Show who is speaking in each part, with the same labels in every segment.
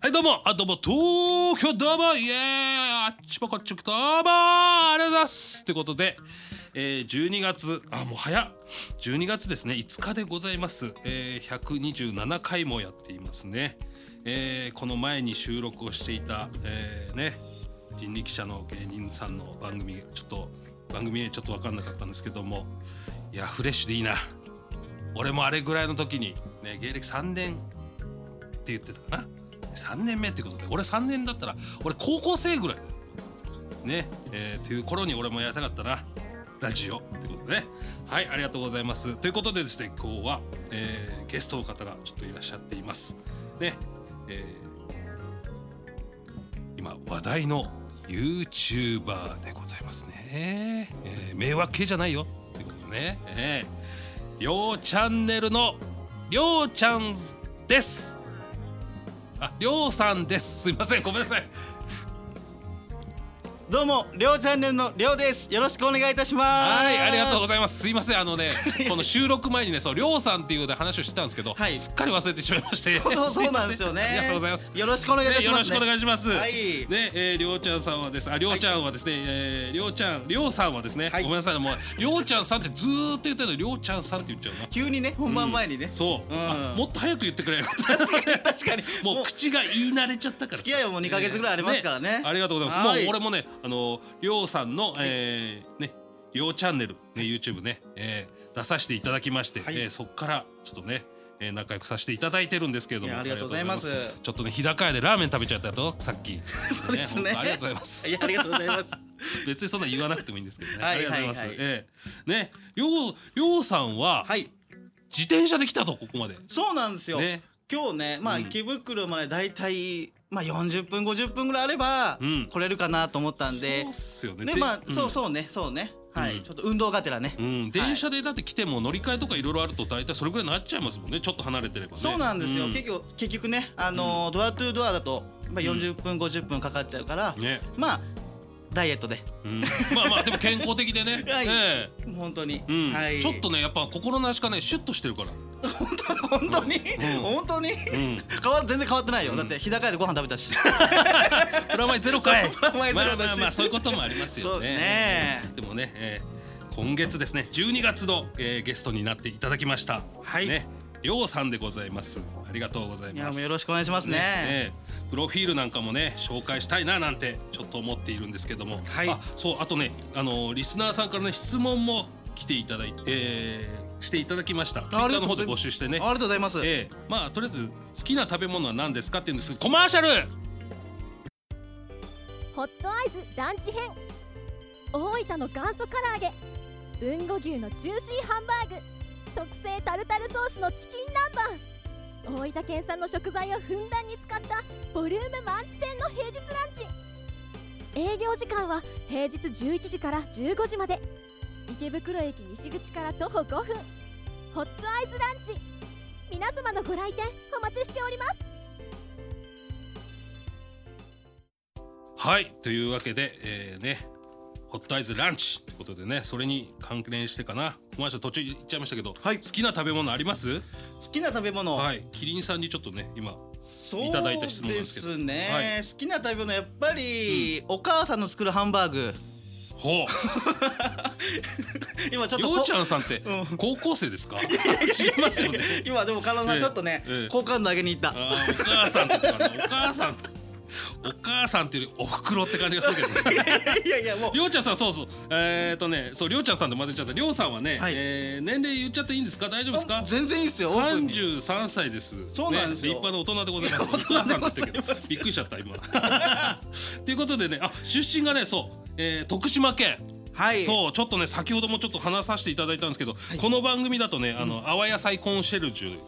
Speaker 1: はいどうもあどうも東京どうもイエーイあっちもこっちもどうもありがとうございますということで、えー、12月あもう早っ12月ですね5日でございます、えー、127回もやっていますね、えー、この前に収録をしていた、えー、ね人力車の芸人さんの番組ちょっと番組名ちょっと分かんなかったんですけどもいやフレッシュでいいな俺もあれぐらいの時に、ね、芸歴3年って言ってたかな3年目ってことで俺3年だったら俺高校生ぐらいねえー、という頃に俺もやりたかったなラジオってことでねはいありがとうございますということでですね今日は、えーゲストの方がちょっといらっしゃっていますねえー今話題の YouTuber でございますね、えー迷惑系じゃないよってことでね、えー、りょうチャンネルのりょうちゃんですあ、りょうさんです。すいません、ごめんなさい。
Speaker 2: どうも、りょうチャンネルのりょうです。よろしくお願いいたします。
Speaker 1: はい、ありがとうござい
Speaker 2: ま
Speaker 1: ます。すいません、あのね、この収録前にね、そう、りょうさんっていうで話をしてたんですけど、
Speaker 2: はい
Speaker 1: すっかり忘れてしまいまして。
Speaker 2: そう、 そうなんですよね。
Speaker 1: ありがとうございます。
Speaker 2: よろしくお願いいた
Speaker 1: ね、
Speaker 2: し
Speaker 1: よ
Speaker 2: ま
Speaker 1: ろ
Speaker 2: す、
Speaker 1: し
Speaker 2: ね。
Speaker 1: くお願いします。
Speaker 2: はい
Speaker 1: ね、えーりょうちゃんさんはです、あ、りょうちゃんはですね、えーりょうちゃん、りょうさんはですね、
Speaker 2: はい
Speaker 1: ごめんなさい、もう、りょうちゃんさんってずーっと言ってるのに、りょうちゃんさんって言っちゃうな。
Speaker 2: 急にね、本番前にね。
Speaker 1: そう、あ
Speaker 2: うん
Speaker 1: もっと早く言ってくれよ。
Speaker 2: 確かに。
Speaker 1: も
Speaker 2: も
Speaker 1: う
Speaker 2: う、
Speaker 1: 口が言い慣れちゃったから
Speaker 2: 付き合いはもう二ヶ月ぐらいありますからね
Speaker 1: ありがとうございます、
Speaker 2: はい
Speaker 1: もう俺もねあのりょうさんの、えーねりょうチャンネル、ね、YouTube ね、えー出させていただきまして、
Speaker 2: はい
Speaker 1: えーそっからちょっとねえー仲良くさせていただいてるんですけれど
Speaker 2: い
Speaker 1: も
Speaker 2: やありがとうございま
Speaker 1: あ
Speaker 2: す
Speaker 1: りがとうございちょっとね日高屋でラーメン食べちゃったとさっき
Speaker 2: そうです
Speaker 1: 本
Speaker 2: ね
Speaker 1: 当ありがとうございます
Speaker 2: いや、ありがとうございます。
Speaker 1: 別にそんな言わなくてもいいんですけどね
Speaker 2: はい
Speaker 1: ありがとうございます、
Speaker 2: はいはい
Speaker 1: えーねりょうりょうさんは、
Speaker 2: はい。
Speaker 1: 自転車で来たとここまで
Speaker 2: そうなんですよ。
Speaker 1: ね
Speaker 2: 今日ね、まあ、
Speaker 1: うん
Speaker 2: 池袋までだいたい、まあ、四十分、五十分ぐらいあれば
Speaker 1: うん、
Speaker 2: 来れるかなと思ったんで
Speaker 1: そうっ。すよね
Speaker 2: ね、
Speaker 1: で
Speaker 2: まあ、
Speaker 1: ん
Speaker 2: そう、そうね、そうね。は
Speaker 1: うん
Speaker 2: い、ちょっと運動がてらね。
Speaker 1: うん、電車でだって来ても乗り換えとかいろいろあると大体それぐらいになっちゃいますもんねちょっと離れてればね
Speaker 2: そうなんですよ、
Speaker 1: う
Speaker 2: 結局結局ね、あのードアトゥドアだと、まあ、40分、50分かかっちゃうから、
Speaker 1: ね、
Speaker 2: まあダイエットで
Speaker 1: うん、まあまあでも健康的でね、
Speaker 2: はい
Speaker 1: ええ
Speaker 2: 本当に、
Speaker 1: うん
Speaker 2: はい、
Speaker 1: ちょっとねやっぱ心なしかねシュッとしてるから、
Speaker 2: 本当に、
Speaker 1: うん
Speaker 2: 本当に
Speaker 1: うん、
Speaker 2: 変わ全然変わってないよ、
Speaker 1: うん
Speaker 2: だって日高屋でご飯食べたし
Speaker 1: プラマイゼロかい
Speaker 2: そうプラマイゼロだし
Speaker 1: まあまあまあそういうこともありますよ
Speaker 2: そう
Speaker 1: ね
Speaker 2: ね
Speaker 1: でもね、ええ今月ですね12月の、ええゲストになっていただきました
Speaker 2: はい
Speaker 1: ねりょうさんでございますありがとうござい
Speaker 2: い
Speaker 1: ます
Speaker 2: やもうよろしくお願いしますね
Speaker 1: ええプロフィールなんかもね紹介したいななんてちょっと思っているんですけども、
Speaker 2: はい
Speaker 1: あそうあとねあのリスナーさんからね質問も来ていただいて、ええしていただきましたツイッ
Speaker 2: あり
Speaker 1: ターの
Speaker 2: がとう
Speaker 1: 方
Speaker 2: ご
Speaker 1: で
Speaker 2: ざい
Speaker 1: 募
Speaker 2: ます
Speaker 1: 集してね
Speaker 2: ありがとうございます、
Speaker 1: ええまあとりあえず好きな食べ物は何ですかって言うんですけどコマーシャル
Speaker 3: ホットアイズランチ編大分の元祖唐揚げ豊後牛のジューシーハンバーグ特製タルタルソースのチキン南蛮大分県産の食材をふんだんに使ったボリューム満点の平日ランチ営業時間は平日11時から15時まで池袋駅西口から徒歩5分ホットアイズランチ皆様のご来店お待ちしております
Speaker 1: はいというわけで、えーねホットアイズランチということでねそれに関連してかなコマーシャル途中行っちゃいましたけど、
Speaker 2: はい
Speaker 1: 好きな食べ物あります
Speaker 2: 好きな食べ物、
Speaker 1: はいキリンさんにちょっとね今
Speaker 2: そう
Speaker 1: いただいた質問なんで
Speaker 2: です
Speaker 1: けど
Speaker 2: すね、
Speaker 1: は
Speaker 2: 好きな食べ物やっぱり、お母さんの作るハンバーグ
Speaker 1: ほう
Speaker 2: 今ちょっと
Speaker 1: よ
Speaker 2: こ
Speaker 1: うちゃんさんって
Speaker 2: うん
Speaker 1: 高校生ですか？違いますよね。
Speaker 2: 今でも体
Speaker 1: え
Speaker 2: が
Speaker 1: え
Speaker 2: ちょっとね、
Speaker 1: ええ
Speaker 2: 好感度上げに行った
Speaker 1: あーお母さんとかねお母さんお母さんっていうよりお袋って感じがするけど、ね。
Speaker 2: いやいやもう
Speaker 1: りょうちゃんさんそうそうえっ、ー、とねそうりょうちゃんさんで混ぜちゃったりょうさんはね、
Speaker 2: はい
Speaker 1: えー年齢言っちゃっていいんですか大丈夫です
Speaker 2: あ
Speaker 1: か？
Speaker 2: 全然いいっすよオープン
Speaker 1: 三
Speaker 2: に
Speaker 1: 十三歳です。
Speaker 2: そうなんですよ
Speaker 1: ね立派な大人でございます。お母さんだったけど、びっくりしちゃった今。 ということでね、あ出身がね、そう、えー、徳島県。
Speaker 2: はい
Speaker 1: そうちょっとね先ほどもちょっと話させていただいたんですけど、この番組だとねあの、阿波野菜コンシェルジュ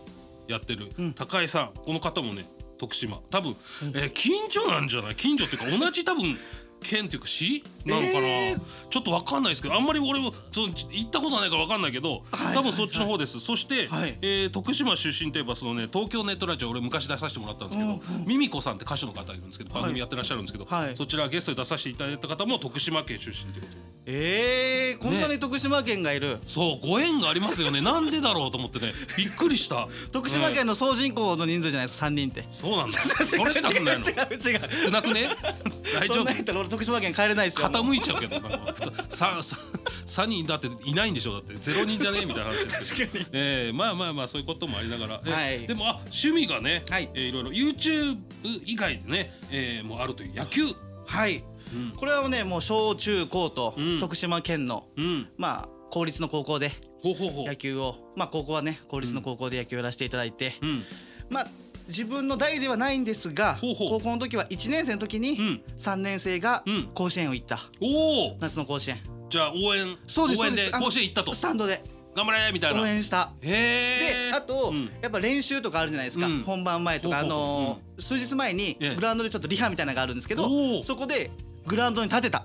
Speaker 1: やってる
Speaker 2: ん
Speaker 1: 高井さん、この方もね徳島多分、えー近所なんじゃない近所っていうか同じ多分県というか市なのかな、
Speaker 2: え
Speaker 1: ちょっとわかんないですけどあんまり俺もその行ったことないからわかんないけど
Speaker 2: はい
Speaker 1: 多分そっちの方です、そして、
Speaker 2: はい
Speaker 1: えー徳島出身といえばそのね東京ネットラジオ俺昔出させてもらったんですけど、
Speaker 2: うん
Speaker 1: ミミコさんって歌手の方がいるんですけど
Speaker 2: はい
Speaker 1: 番組やってらっしゃるんですけど、
Speaker 2: はい
Speaker 1: そちらゲストで出させていただいた方も徳島県出身ということで
Speaker 2: えー、こんなに徳島県がいる、
Speaker 1: そうご縁がありますよねなんでだろうと思ってねびっくりした
Speaker 2: 徳島
Speaker 1: ね
Speaker 2: 県の総人口の人数じゃないですか3人って
Speaker 1: そうなんだそれしか
Speaker 2: 違
Speaker 1: そん
Speaker 2: う
Speaker 1: なないの
Speaker 2: 違う違う
Speaker 1: 少なくね大
Speaker 2: そ
Speaker 1: 丈夫
Speaker 2: んなん言ったら俺徳島県帰れないですよもう
Speaker 1: 傾いちゃうけどなささ三人だっていないんでしょだってゼロ人じゃねえみたいな話
Speaker 2: 確かに
Speaker 1: えー、まあまあまあそういうこともありながら、えー
Speaker 2: はい
Speaker 1: でもあ趣味がね、
Speaker 2: はい
Speaker 1: えーいろいろ YouTube 以外でね、えー、もうあるという野球、う
Speaker 2: はい
Speaker 1: ん
Speaker 2: これはねもう小中高と
Speaker 1: うん
Speaker 2: 徳島県の、
Speaker 1: うん、
Speaker 2: まあ公立の高校で
Speaker 1: ほうほうほう
Speaker 2: 野球をまあ高校はね公立の高校で野球をやらせていただいて、
Speaker 1: うん
Speaker 2: まあ自分の代ではないんですが
Speaker 1: ほうほう
Speaker 2: 高校の時は1年生の時
Speaker 1: う
Speaker 2: に
Speaker 1: ん
Speaker 2: 3年生が
Speaker 1: うん
Speaker 2: 甲子園を行った
Speaker 1: おお
Speaker 2: 夏の甲子園
Speaker 1: じゃあ応援
Speaker 2: そうです
Speaker 1: 応援
Speaker 2: そう
Speaker 1: で
Speaker 2: ですあの
Speaker 1: 甲子園行ったと
Speaker 2: スタンドで
Speaker 1: 頑張れみたいな
Speaker 2: 応援した
Speaker 1: へえ
Speaker 2: であと、
Speaker 1: うん
Speaker 2: やっぱ練習とかあるじゃないですか、
Speaker 1: うん
Speaker 2: 本番前とか、
Speaker 1: ほうほう
Speaker 2: あのー数日前に
Speaker 1: ええ
Speaker 2: グラウンドでちょっとリハみたいなのがあるんですけど、
Speaker 1: おー
Speaker 2: そこでグラウンドに立てた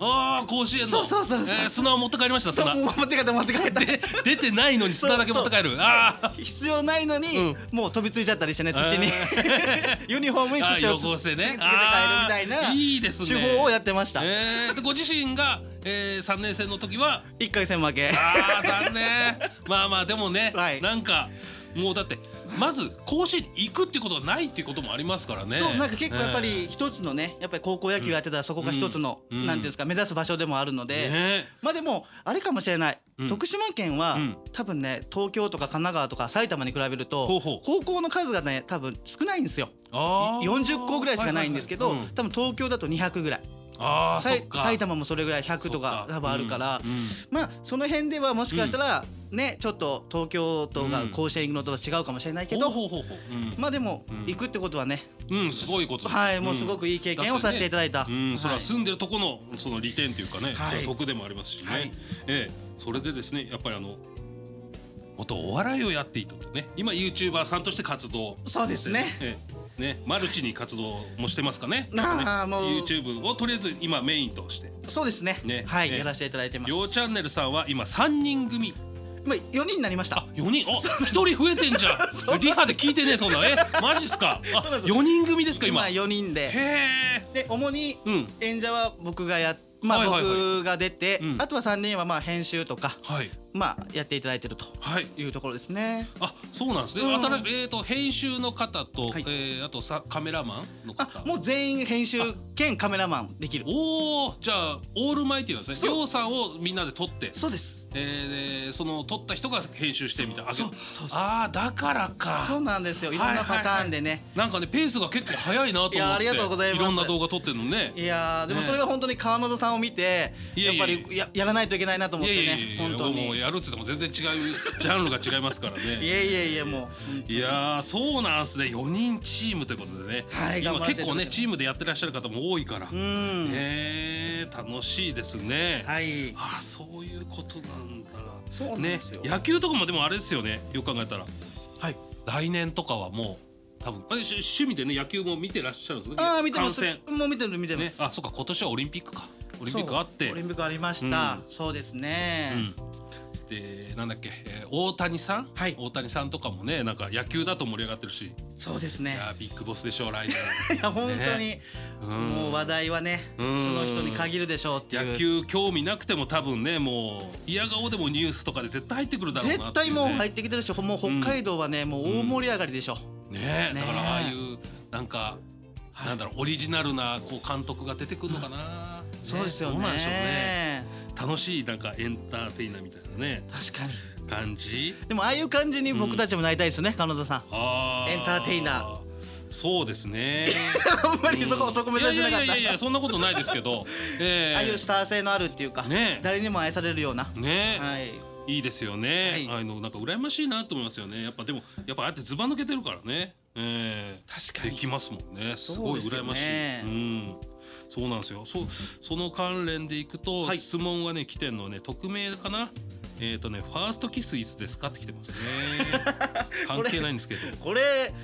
Speaker 1: ああ甲子園の
Speaker 2: そうそうそうそう
Speaker 1: えー砂を持って帰りました
Speaker 2: そう
Speaker 1: 砂
Speaker 2: もう持って帰った持って帰った
Speaker 1: で出てないのに砂だけ持って帰るああ
Speaker 2: 必要ないのに、
Speaker 1: うん
Speaker 2: もう飛びついちゃったりしてね土 に ユニフォームに
Speaker 1: あ
Speaker 2: 土をつ
Speaker 1: ー汚してね
Speaker 2: つけて帰るみたい
Speaker 1: あ
Speaker 2: な
Speaker 1: ーいいですね
Speaker 2: 手法をやってました、
Speaker 1: えーでご自身が、えー、3年生の時は
Speaker 2: 一回戦負け
Speaker 1: あー残念まあまあでもね、
Speaker 2: はい
Speaker 1: なんかもうだってまず甲子園に行くってことがないっていうこともありますからね
Speaker 2: そうなんか結構やっぱり一つのねやっぱり高校野球やってたらそこが一つの、
Speaker 1: うんうん
Speaker 2: なんていうんですか目指す場所でもあるの
Speaker 1: え
Speaker 2: で、
Speaker 1: ーね
Speaker 2: まあでもあれかもしれない、
Speaker 1: うん
Speaker 2: 徳島県は、
Speaker 1: うん
Speaker 2: 多分ね東京とか神奈川とか埼玉に比べると
Speaker 1: ほうほう
Speaker 2: 高校の数がね多分少ないんですよ
Speaker 1: あー
Speaker 2: 40校ぐらいしかないんですけど、
Speaker 1: はいはいはいうん
Speaker 2: 多分東京だと200ぐらい
Speaker 1: あー
Speaker 2: さい
Speaker 1: そっか
Speaker 2: 埼玉もそれぐらい100とか
Speaker 1: そっ
Speaker 2: 多分あるから、
Speaker 1: うんうん
Speaker 2: まあその辺ではもしかしたら、ねちょっと東京とが甲子園行くのとは違うかもしれないけど、
Speaker 1: ほうほうほうほううん
Speaker 2: まあでも
Speaker 1: うん
Speaker 2: 行くってことはね、
Speaker 1: うんすごいことです
Speaker 2: はいもうすご
Speaker 1: ん
Speaker 2: くいい経験をさせていただいた。
Speaker 1: うん、それ
Speaker 2: は
Speaker 1: はい住んでるとこのその利点というかね、
Speaker 2: はい
Speaker 1: それは得でもありますしね、
Speaker 2: はい
Speaker 1: ええ、それでですねやっぱりあの元お笑いをやっていたとね今 YouTuber さんとして活動
Speaker 2: そうですね。
Speaker 1: ええねマルチに活動もしてますかね
Speaker 2: ああもう
Speaker 1: YouTube をとりあえず今メインとして
Speaker 2: そうですね。
Speaker 1: ね
Speaker 2: はい、
Speaker 1: ね
Speaker 2: やらせていただいてます。
Speaker 1: 両チャンネルさんは今3人組
Speaker 2: まあ四人になりました
Speaker 1: あ。4人あ1人増えてんじゃんリハで聞いてねえそんなえマジっすかあ
Speaker 2: そうなんです
Speaker 1: 4人組ですか今
Speaker 2: 今四人で。
Speaker 1: へえ
Speaker 2: で主に
Speaker 1: うん
Speaker 2: 演者は僕がやま
Speaker 1: はい
Speaker 2: あ
Speaker 1: はいはい
Speaker 2: 僕が出て、
Speaker 1: うん
Speaker 2: あとは3人はまあ編集とか、
Speaker 1: はい
Speaker 2: まあ、やっていただいてると
Speaker 1: はい
Speaker 2: いうところですね。
Speaker 1: あそうなんですね、
Speaker 2: うん
Speaker 1: 新しいえー、と編集の方と、
Speaker 2: はい
Speaker 1: えーあとさカメラマンの
Speaker 2: あ
Speaker 1: 方
Speaker 2: もう全員編集兼カメラマンできる
Speaker 1: おおじゃあオールマイティなんです
Speaker 2: そ
Speaker 1: ね
Speaker 2: う
Speaker 1: りょうさんをみんなで撮って、
Speaker 2: そうです
Speaker 1: えーでその撮った人が編集してみたいなあ
Speaker 2: そうそうそう
Speaker 1: あーだから
Speaker 2: そう
Speaker 1: か
Speaker 2: なんですよいろんなパターンでね、い
Speaker 1: なんかねペースが結構早いなと思って
Speaker 2: いやありがとうございます
Speaker 1: ろんな動画撮ってるのね
Speaker 2: やーでも
Speaker 1: ね
Speaker 2: それが本当に川本さんを見て、
Speaker 1: い
Speaker 2: や
Speaker 1: や
Speaker 2: っ
Speaker 1: い
Speaker 2: ぱ
Speaker 1: やいや
Speaker 2: りややらないといけないなと思っ
Speaker 1: いやいや
Speaker 2: てね
Speaker 1: いやい
Speaker 2: 本
Speaker 1: や
Speaker 2: 当
Speaker 1: もう
Speaker 2: に。
Speaker 1: やるっつっても全然違 うジャンルが違いますから
Speaker 2: い
Speaker 1: ね
Speaker 2: やいやいやもう
Speaker 1: いやーそうなんすね4人チームということでね、
Speaker 2: はい
Speaker 1: 今
Speaker 2: 頑張らせ
Speaker 1: 結
Speaker 2: て
Speaker 1: 構
Speaker 2: いただいて
Speaker 1: ね
Speaker 2: ます
Speaker 1: チームでやってらっしゃる方も多いから、
Speaker 2: うん、
Speaker 1: へえ楽しいですね。
Speaker 2: はい
Speaker 1: あそういうことなんだ。
Speaker 2: そうなん
Speaker 1: ね
Speaker 2: ですよ、
Speaker 1: 野球とかもでもあれですよね。よく考えたら
Speaker 2: はい
Speaker 1: 来年とかはもう多分あれし趣味でね野球も見てらっしゃるんですね。
Speaker 2: ああ見てます
Speaker 1: 観
Speaker 2: もう見てる見て
Speaker 1: 戦
Speaker 2: ま
Speaker 1: ね
Speaker 2: す、
Speaker 1: あそうか今年はオリンピックかオリンピックあっ
Speaker 2: そ
Speaker 1: て
Speaker 2: うオリンピックありました、そうですね、
Speaker 1: うんでなんだっけ、えー大谷さん、
Speaker 2: はい
Speaker 1: 大谷さんとかもねなんか野球だと盛り上がってるし、
Speaker 2: そうです
Speaker 1: い
Speaker 2: ね
Speaker 1: やービッグボスでしょう 来年。
Speaker 2: いや本当に、
Speaker 1: ねうん
Speaker 2: もう話題はね、
Speaker 1: うん
Speaker 2: その人に限るでしょうっていう
Speaker 1: 野球興味なくても多分ねもう嫌顔でもニュースとかで絶対入ってくるだろうなっ
Speaker 2: 絶
Speaker 1: てい
Speaker 2: 対
Speaker 1: う、ね、
Speaker 2: もう入ってきてるしもう北海道はね、もう大盛り上がりでしょ、
Speaker 1: ねえ
Speaker 2: ねえ
Speaker 1: だからああいうなんか、なんだろうオリジナルなこう監督が出てくるのかな、ね
Speaker 2: そうですよね
Speaker 1: どうなんでしょうね楽しいなんかエンターテイナーみたいなね
Speaker 2: 確かに
Speaker 1: 感じ
Speaker 2: でもああいう感じに僕たちもなりたいですよね、彼女さん
Speaker 1: あ
Speaker 2: エンターテイナ
Speaker 1: ーそうですね
Speaker 2: あんま りそこ、
Speaker 1: うん
Speaker 2: そこ目指してなかった
Speaker 1: いやいやいやいやそんなことないですけど、ええ
Speaker 2: ああいうスター性のあるっていうか、
Speaker 1: ねえ
Speaker 2: 誰にも愛されるような、
Speaker 1: ねえ、
Speaker 2: はい
Speaker 1: いいですよね。
Speaker 2: はい
Speaker 1: ああいうのなんか羨ましいなと思いますよね。やっぱでもやっぱああやってズバ抜けてるからね。えー、
Speaker 2: 確かに
Speaker 1: できますもんね。すごい
Speaker 2: そうです
Speaker 1: 羨
Speaker 2: よ
Speaker 1: ましい。
Speaker 2: ね
Speaker 1: うん。そうなんですよ。そうその関連でいくと、
Speaker 2: はい
Speaker 1: 質問がね来てんのはね匿名かな。えっ、ー、とねファーストキスいつですかって来て ますね。関係ないんですけど。
Speaker 2: これ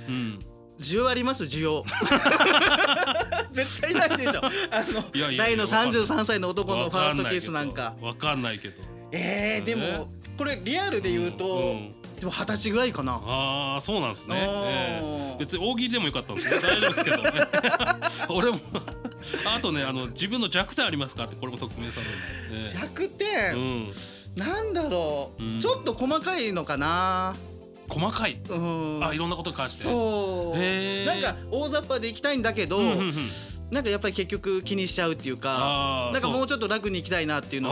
Speaker 1: うん。
Speaker 2: 需要あります需要 絶対ないでしょあの
Speaker 1: いやいや
Speaker 2: 大
Speaker 1: いや
Speaker 2: の
Speaker 1: わかんない
Speaker 2: 33歳の男のファーストキスなんか
Speaker 1: わかんないけどわかんないけど
Speaker 2: えー、でもこれリアルで言うと、
Speaker 1: ん
Speaker 2: でも二十歳ぐらいかな
Speaker 1: ああそうなんですね、ええ
Speaker 2: あー
Speaker 1: 別に大喜利でもよかったんですけど大丈夫ですけど 俺もあとねあの自分の弱点ありますかってこれも匿名さんなんで、ね
Speaker 2: 弱点、
Speaker 1: うん、
Speaker 2: なんだろう、
Speaker 1: うん
Speaker 2: ちょっと細かいのかな
Speaker 1: 細かい
Speaker 2: うん
Speaker 1: あいろんなことに関して
Speaker 2: そう、
Speaker 1: へー
Speaker 2: なんか大雑把で行きたいんだけど、
Speaker 1: うんうんうん
Speaker 2: なんかやっぱり結局気にしちゃうっていう
Speaker 1: あ
Speaker 2: か
Speaker 1: ー
Speaker 2: なんか
Speaker 1: そう
Speaker 2: もうちょっと楽に行きたいなっていうの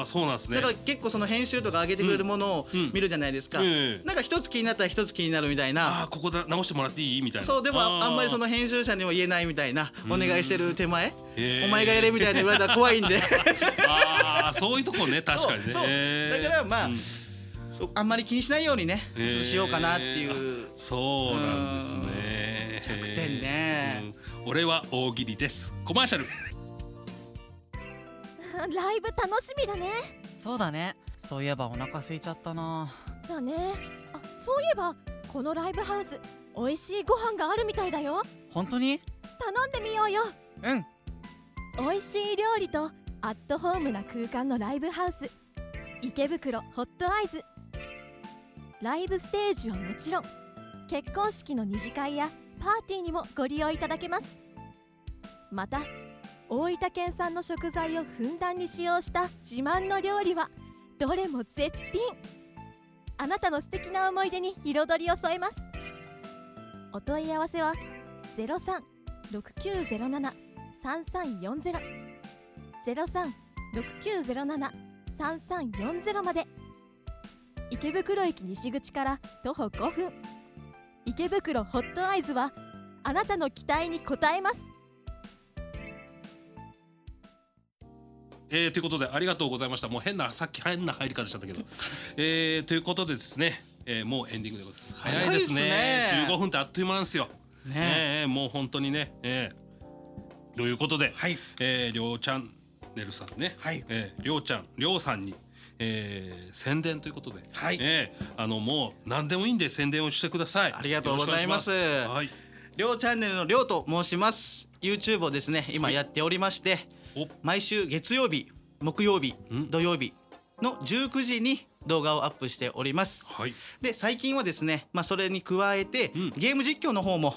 Speaker 1: ああそうなんですね
Speaker 2: だから結構その編集とか上げてくれるものを
Speaker 1: うんうん
Speaker 2: 見るじゃないですか、
Speaker 1: ええ
Speaker 2: なんか一つ気になったら一つ気になるみたい
Speaker 1: あ
Speaker 2: な
Speaker 1: あここだ直してもらっていいみたいな
Speaker 2: そうでもああんまりそ
Speaker 1: の
Speaker 2: の編集者にも言えないみたいな
Speaker 1: うん
Speaker 2: お願いしてる手前お前がやれみたいな言われたら怖い んで
Speaker 1: ああそういうとこね確かにね
Speaker 2: そうそう
Speaker 1: ええ
Speaker 2: だからまあ
Speaker 1: うん
Speaker 2: そうあんまり気にしないようにね
Speaker 1: へー
Speaker 2: しようかなっていう
Speaker 1: そうなんですね
Speaker 2: うん弱点ね
Speaker 1: うん俺は大喜利ですコマーシャル
Speaker 3: ライブ楽しみだね
Speaker 4: そうだねそういえばお腹空いちゃったな
Speaker 3: だねあそういえばこのライブハウス美味しいご飯があるみたいだよ
Speaker 4: 本当に
Speaker 3: 頼んでみようよ
Speaker 4: うん
Speaker 3: 美味しい料理とアットホームな空間のライブハウス池袋ホットアイズライブステージはもちろん結婚式の二次会やパーティーにもご利用いただけますまた大分県産の食材をふんだんに使用した自慢の料理はどれも絶品あなたの素敵な思い出に彩りを添えますお問い合わせは036907 3340ゼロ三六九ゼロ七三三四ゼロまで。池袋駅西口から徒歩5分。池袋ホットアイズはあなたの期待に応えます。
Speaker 1: えー、ということでありがとうございましたもう変なさっき変な入り方しちゃった けど、えー、ということでですね、えー、もうエンディングでございます早いですね
Speaker 2: 早いですね
Speaker 1: 15分ってあっという間なんですよ、
Speaker 2: ね
Speaker 1: えーもう本当にね、えー、ということで、
Speaker 2: はい
Speaker 1: えー、りょうちゃんねるさんね、
Speaker 2: はい
Speaker 1: えー、りょうちゃんりょうさんに、えー、宣伝ということで、
Speaker 2: はい
Speaker 1: えー、あのもう何でもいいんで宣伝をしてください
Speaker 2: ありがとうございます
Speaker 1: よろしくお願いし
Speaker 2: りょうチャンネルのりょうと申します YouTube をですね今やっておりまして
Speaker 1: ますはい
Speaker 2: 毎週月曜日木曜日
Speaker 1: うん
Speaker 2: 土曜日の19時に動画をアップしております
Speaker 1: おはい
Speaker 2: で最近はですね、まあ、それに加えて、
Speaker 1: うん
Speaker 2: ゲーム実況の方も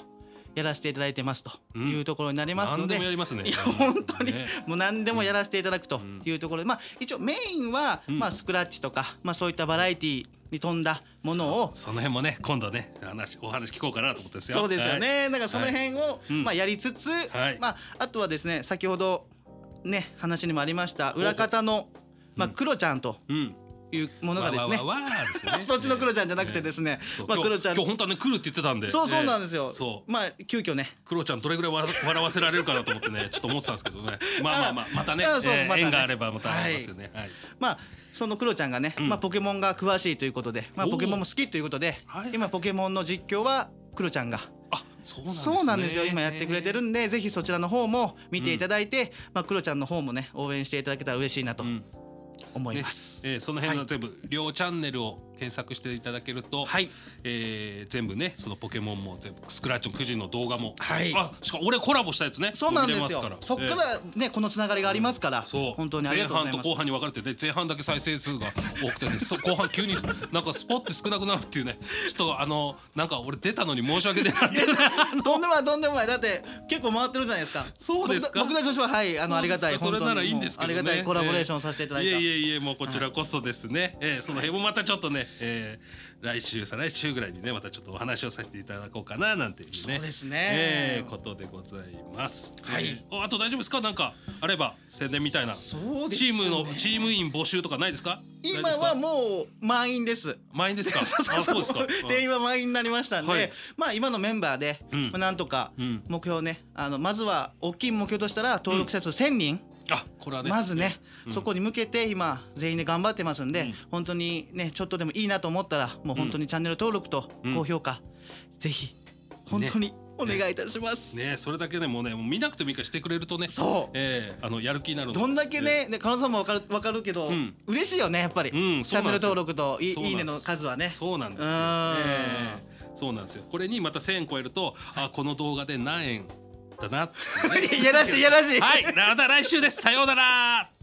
Speaker 2: やらせていただいてますというところになりますの
Speaker 1: 何
Speaker 2: で、
Speaker 1: でもやりますね
Speaker 2: いや本当に
Speaker 1: ね
Speaker 2: もう何でもやらせていただくと
Speaker 1: ん
Speaker 2: いうところで、まあ、一応メインは、
Speaker 1: うん
Speaker 2: まあ、スクラッチとか、まあ、そういったバラエティに富んだものを
Speaker 1: その辺もね今度ね話お話聞こうかなと思ってですよ
Speaker 2: そうですよね、だからその辺を、
Speaker 1: うん
Speaker 2: まあ、やりつつ、
Speaker 1: はい
Speaker 2: まあ、あとはですね先ほどね話にもありました裏方の、まあ、クロちゃんと
Speaker 1: はいうん
Speaker 2: いうものがですね、
Speaker 1: わわわわーですよね
Speaker 2: そっちのクロちゃんじゃなくてですね、まあ、クロちゃん
Speaker 1: 今日今日本当はね来るって言ってたんで
Speaker 2: そうそうなんですすよ、
Speaker 1: そう
Speaker 2: まあ急遽ね
Speaker 1: クロちゃんどれぐらい笑笑わせられるかなと思ってねちょっと思ってたんですけど ねまあまあまあまたね
Speaker 2: あそう
Speaker 1: えー
Speaker 2: またね
Speaker 1: 縁があればまた会えますよねはい
Speaker 2: まあそのクロちゃんがね、
Speaker 1: うん
Speaker 2: まあ、ポケモンが詳しいということで、まあ、
Speaker 1: おー
Speaker 2: ポケモンも好きということで、
Speaker 1: はい
Speaker 2: 今ポケモンの実況はクロちゃんが
Speaker 1: あそうなんですね
Speaker 2: そうなんですよ今やってくれてるんでぜひそちらの方も見ていただいて、まあ、クロちゃんの方もね応援していただけたら嬉しいなと
Speaker 1: うん
Speaker 2: 思い
Speaker 1: ね
Speaker 2: ます。
Speaker 1: えーその辺の
Speaker 2: はい
Speaker 1: 全部両チャンネルを検索していただけると
Speaker 2: はい
Speaker 1: えー全部ねそのポケモンも全部スクラッチの9時の動画も
Speaker 2: はい
Speaker 1: あしかも俺コラボしたやつね
Speaker 2: そうなんです
Speaker 1: 見れ
Speaker 2: よ
Speaker 1: まら
Speaker 2: そっか
Speaker 1: えー
Speaker 2: らねこのつながりがありますから、
Speaker 1: そう
Speaker 2: 本当にありがとうござい
Speaker 1: 前
Speaker 2: ま
Speaker 1: 半
Speaker 2: す
Speaker 1: と後半に分かれてね前半だけ再生数が多くて、ね、そう後 半急になんかスポッて少なくなるっていうねちょっとあのなんか俺出たのに申し訳ねえなって
Speaker 2: とんでもないとんでもないだって結構回ってるじゃないですか
Speaker 1: そうですか
Speaker 2: 僕た僕たちとしてははいあのありがたい
Speaker 1: そうですかそれならいいんですけどね
Speaker 2: 本当にもうありがたいコラボレーションさせていただい
Speaker 1: い
Speaker 2: た、
Speaker 1: えいえいえもうこちらこそですね、えーその辺もまたちょっとね、えー来週再来週ぐらいにねまたちょっとお話をさせていただこうかななんていうね
Speaker 2: そうですね
Speaker 1: えーことでございます
Speaker 2: はい
Speaker 1: えーおあと大丈夫ですかなんかあれば宣伝みたいな、
Speaker 2: そうです
Speaker 1: チ
Speaker 2: ね
Speaker 1: ームのチーム員募集とかないですか
Speaker 2: 今は
Speaker 1: う
Speaker 2: もう満員です。
Speaker 1: 満員です かあそうですか、うん
Speaker 2: 定員は満員になりましたんで、
Speaker 1: はい
Speaker 2: まあ今のメンバーで、
Speaker 1: うん
Speaker 2: まあなんとか
Speaker 1: うん
Speaker 2: 目標ね、あのまずは大きい目標としたら登録者数1000人、
Speaker 1: あこれはね
Speaker 2: まずね、
Speaker 1: うん
Speaker 2: そこに向けて今全員で頑張ってますんで、
Speaker 1: うん
Speaker 2: 本当にねちょっとでもいいなと思ったらもう本当にチャンネル登録と
Speaker 1: うん
Speaker 2: 高評価、ぜひ本当にお願いいたします。
Speaker 1: ねそれだけでもねもう見なくてもいいからしてくれるとね
Speaker 2: そう
Speaker 1: えーあのやる気になるので
Speaker 2: どんだけね、ね、加納さんもわかる、わかるけど、
Speaker 1: うん
Speaker 2: 嬉しいよね、やっぱり。
Speaker 1: うん
Speaker 2: チ
Speaker 1: そ
Speaker 2: ャ
Speaker 1: う
Speaker 2: ン
Speaker 1: な
Speaker 2: ネ
Speaker 1: んで
Speaker 2: ル
Speaker 1: すよ
Speaker 2: 登録といい
Speaker 1: そうなんです
Speaker 2: いねの数はね。
Speaker 1: そうなんですよ、
Speaker 2: うん
Speaker 1: ええそうなんですよこれにまた1,000円超えると、あこの動画で何円だなっていうね
Speaker 2: いやらしいいやらしい
Speaker 1: はいまた来週ですさようなら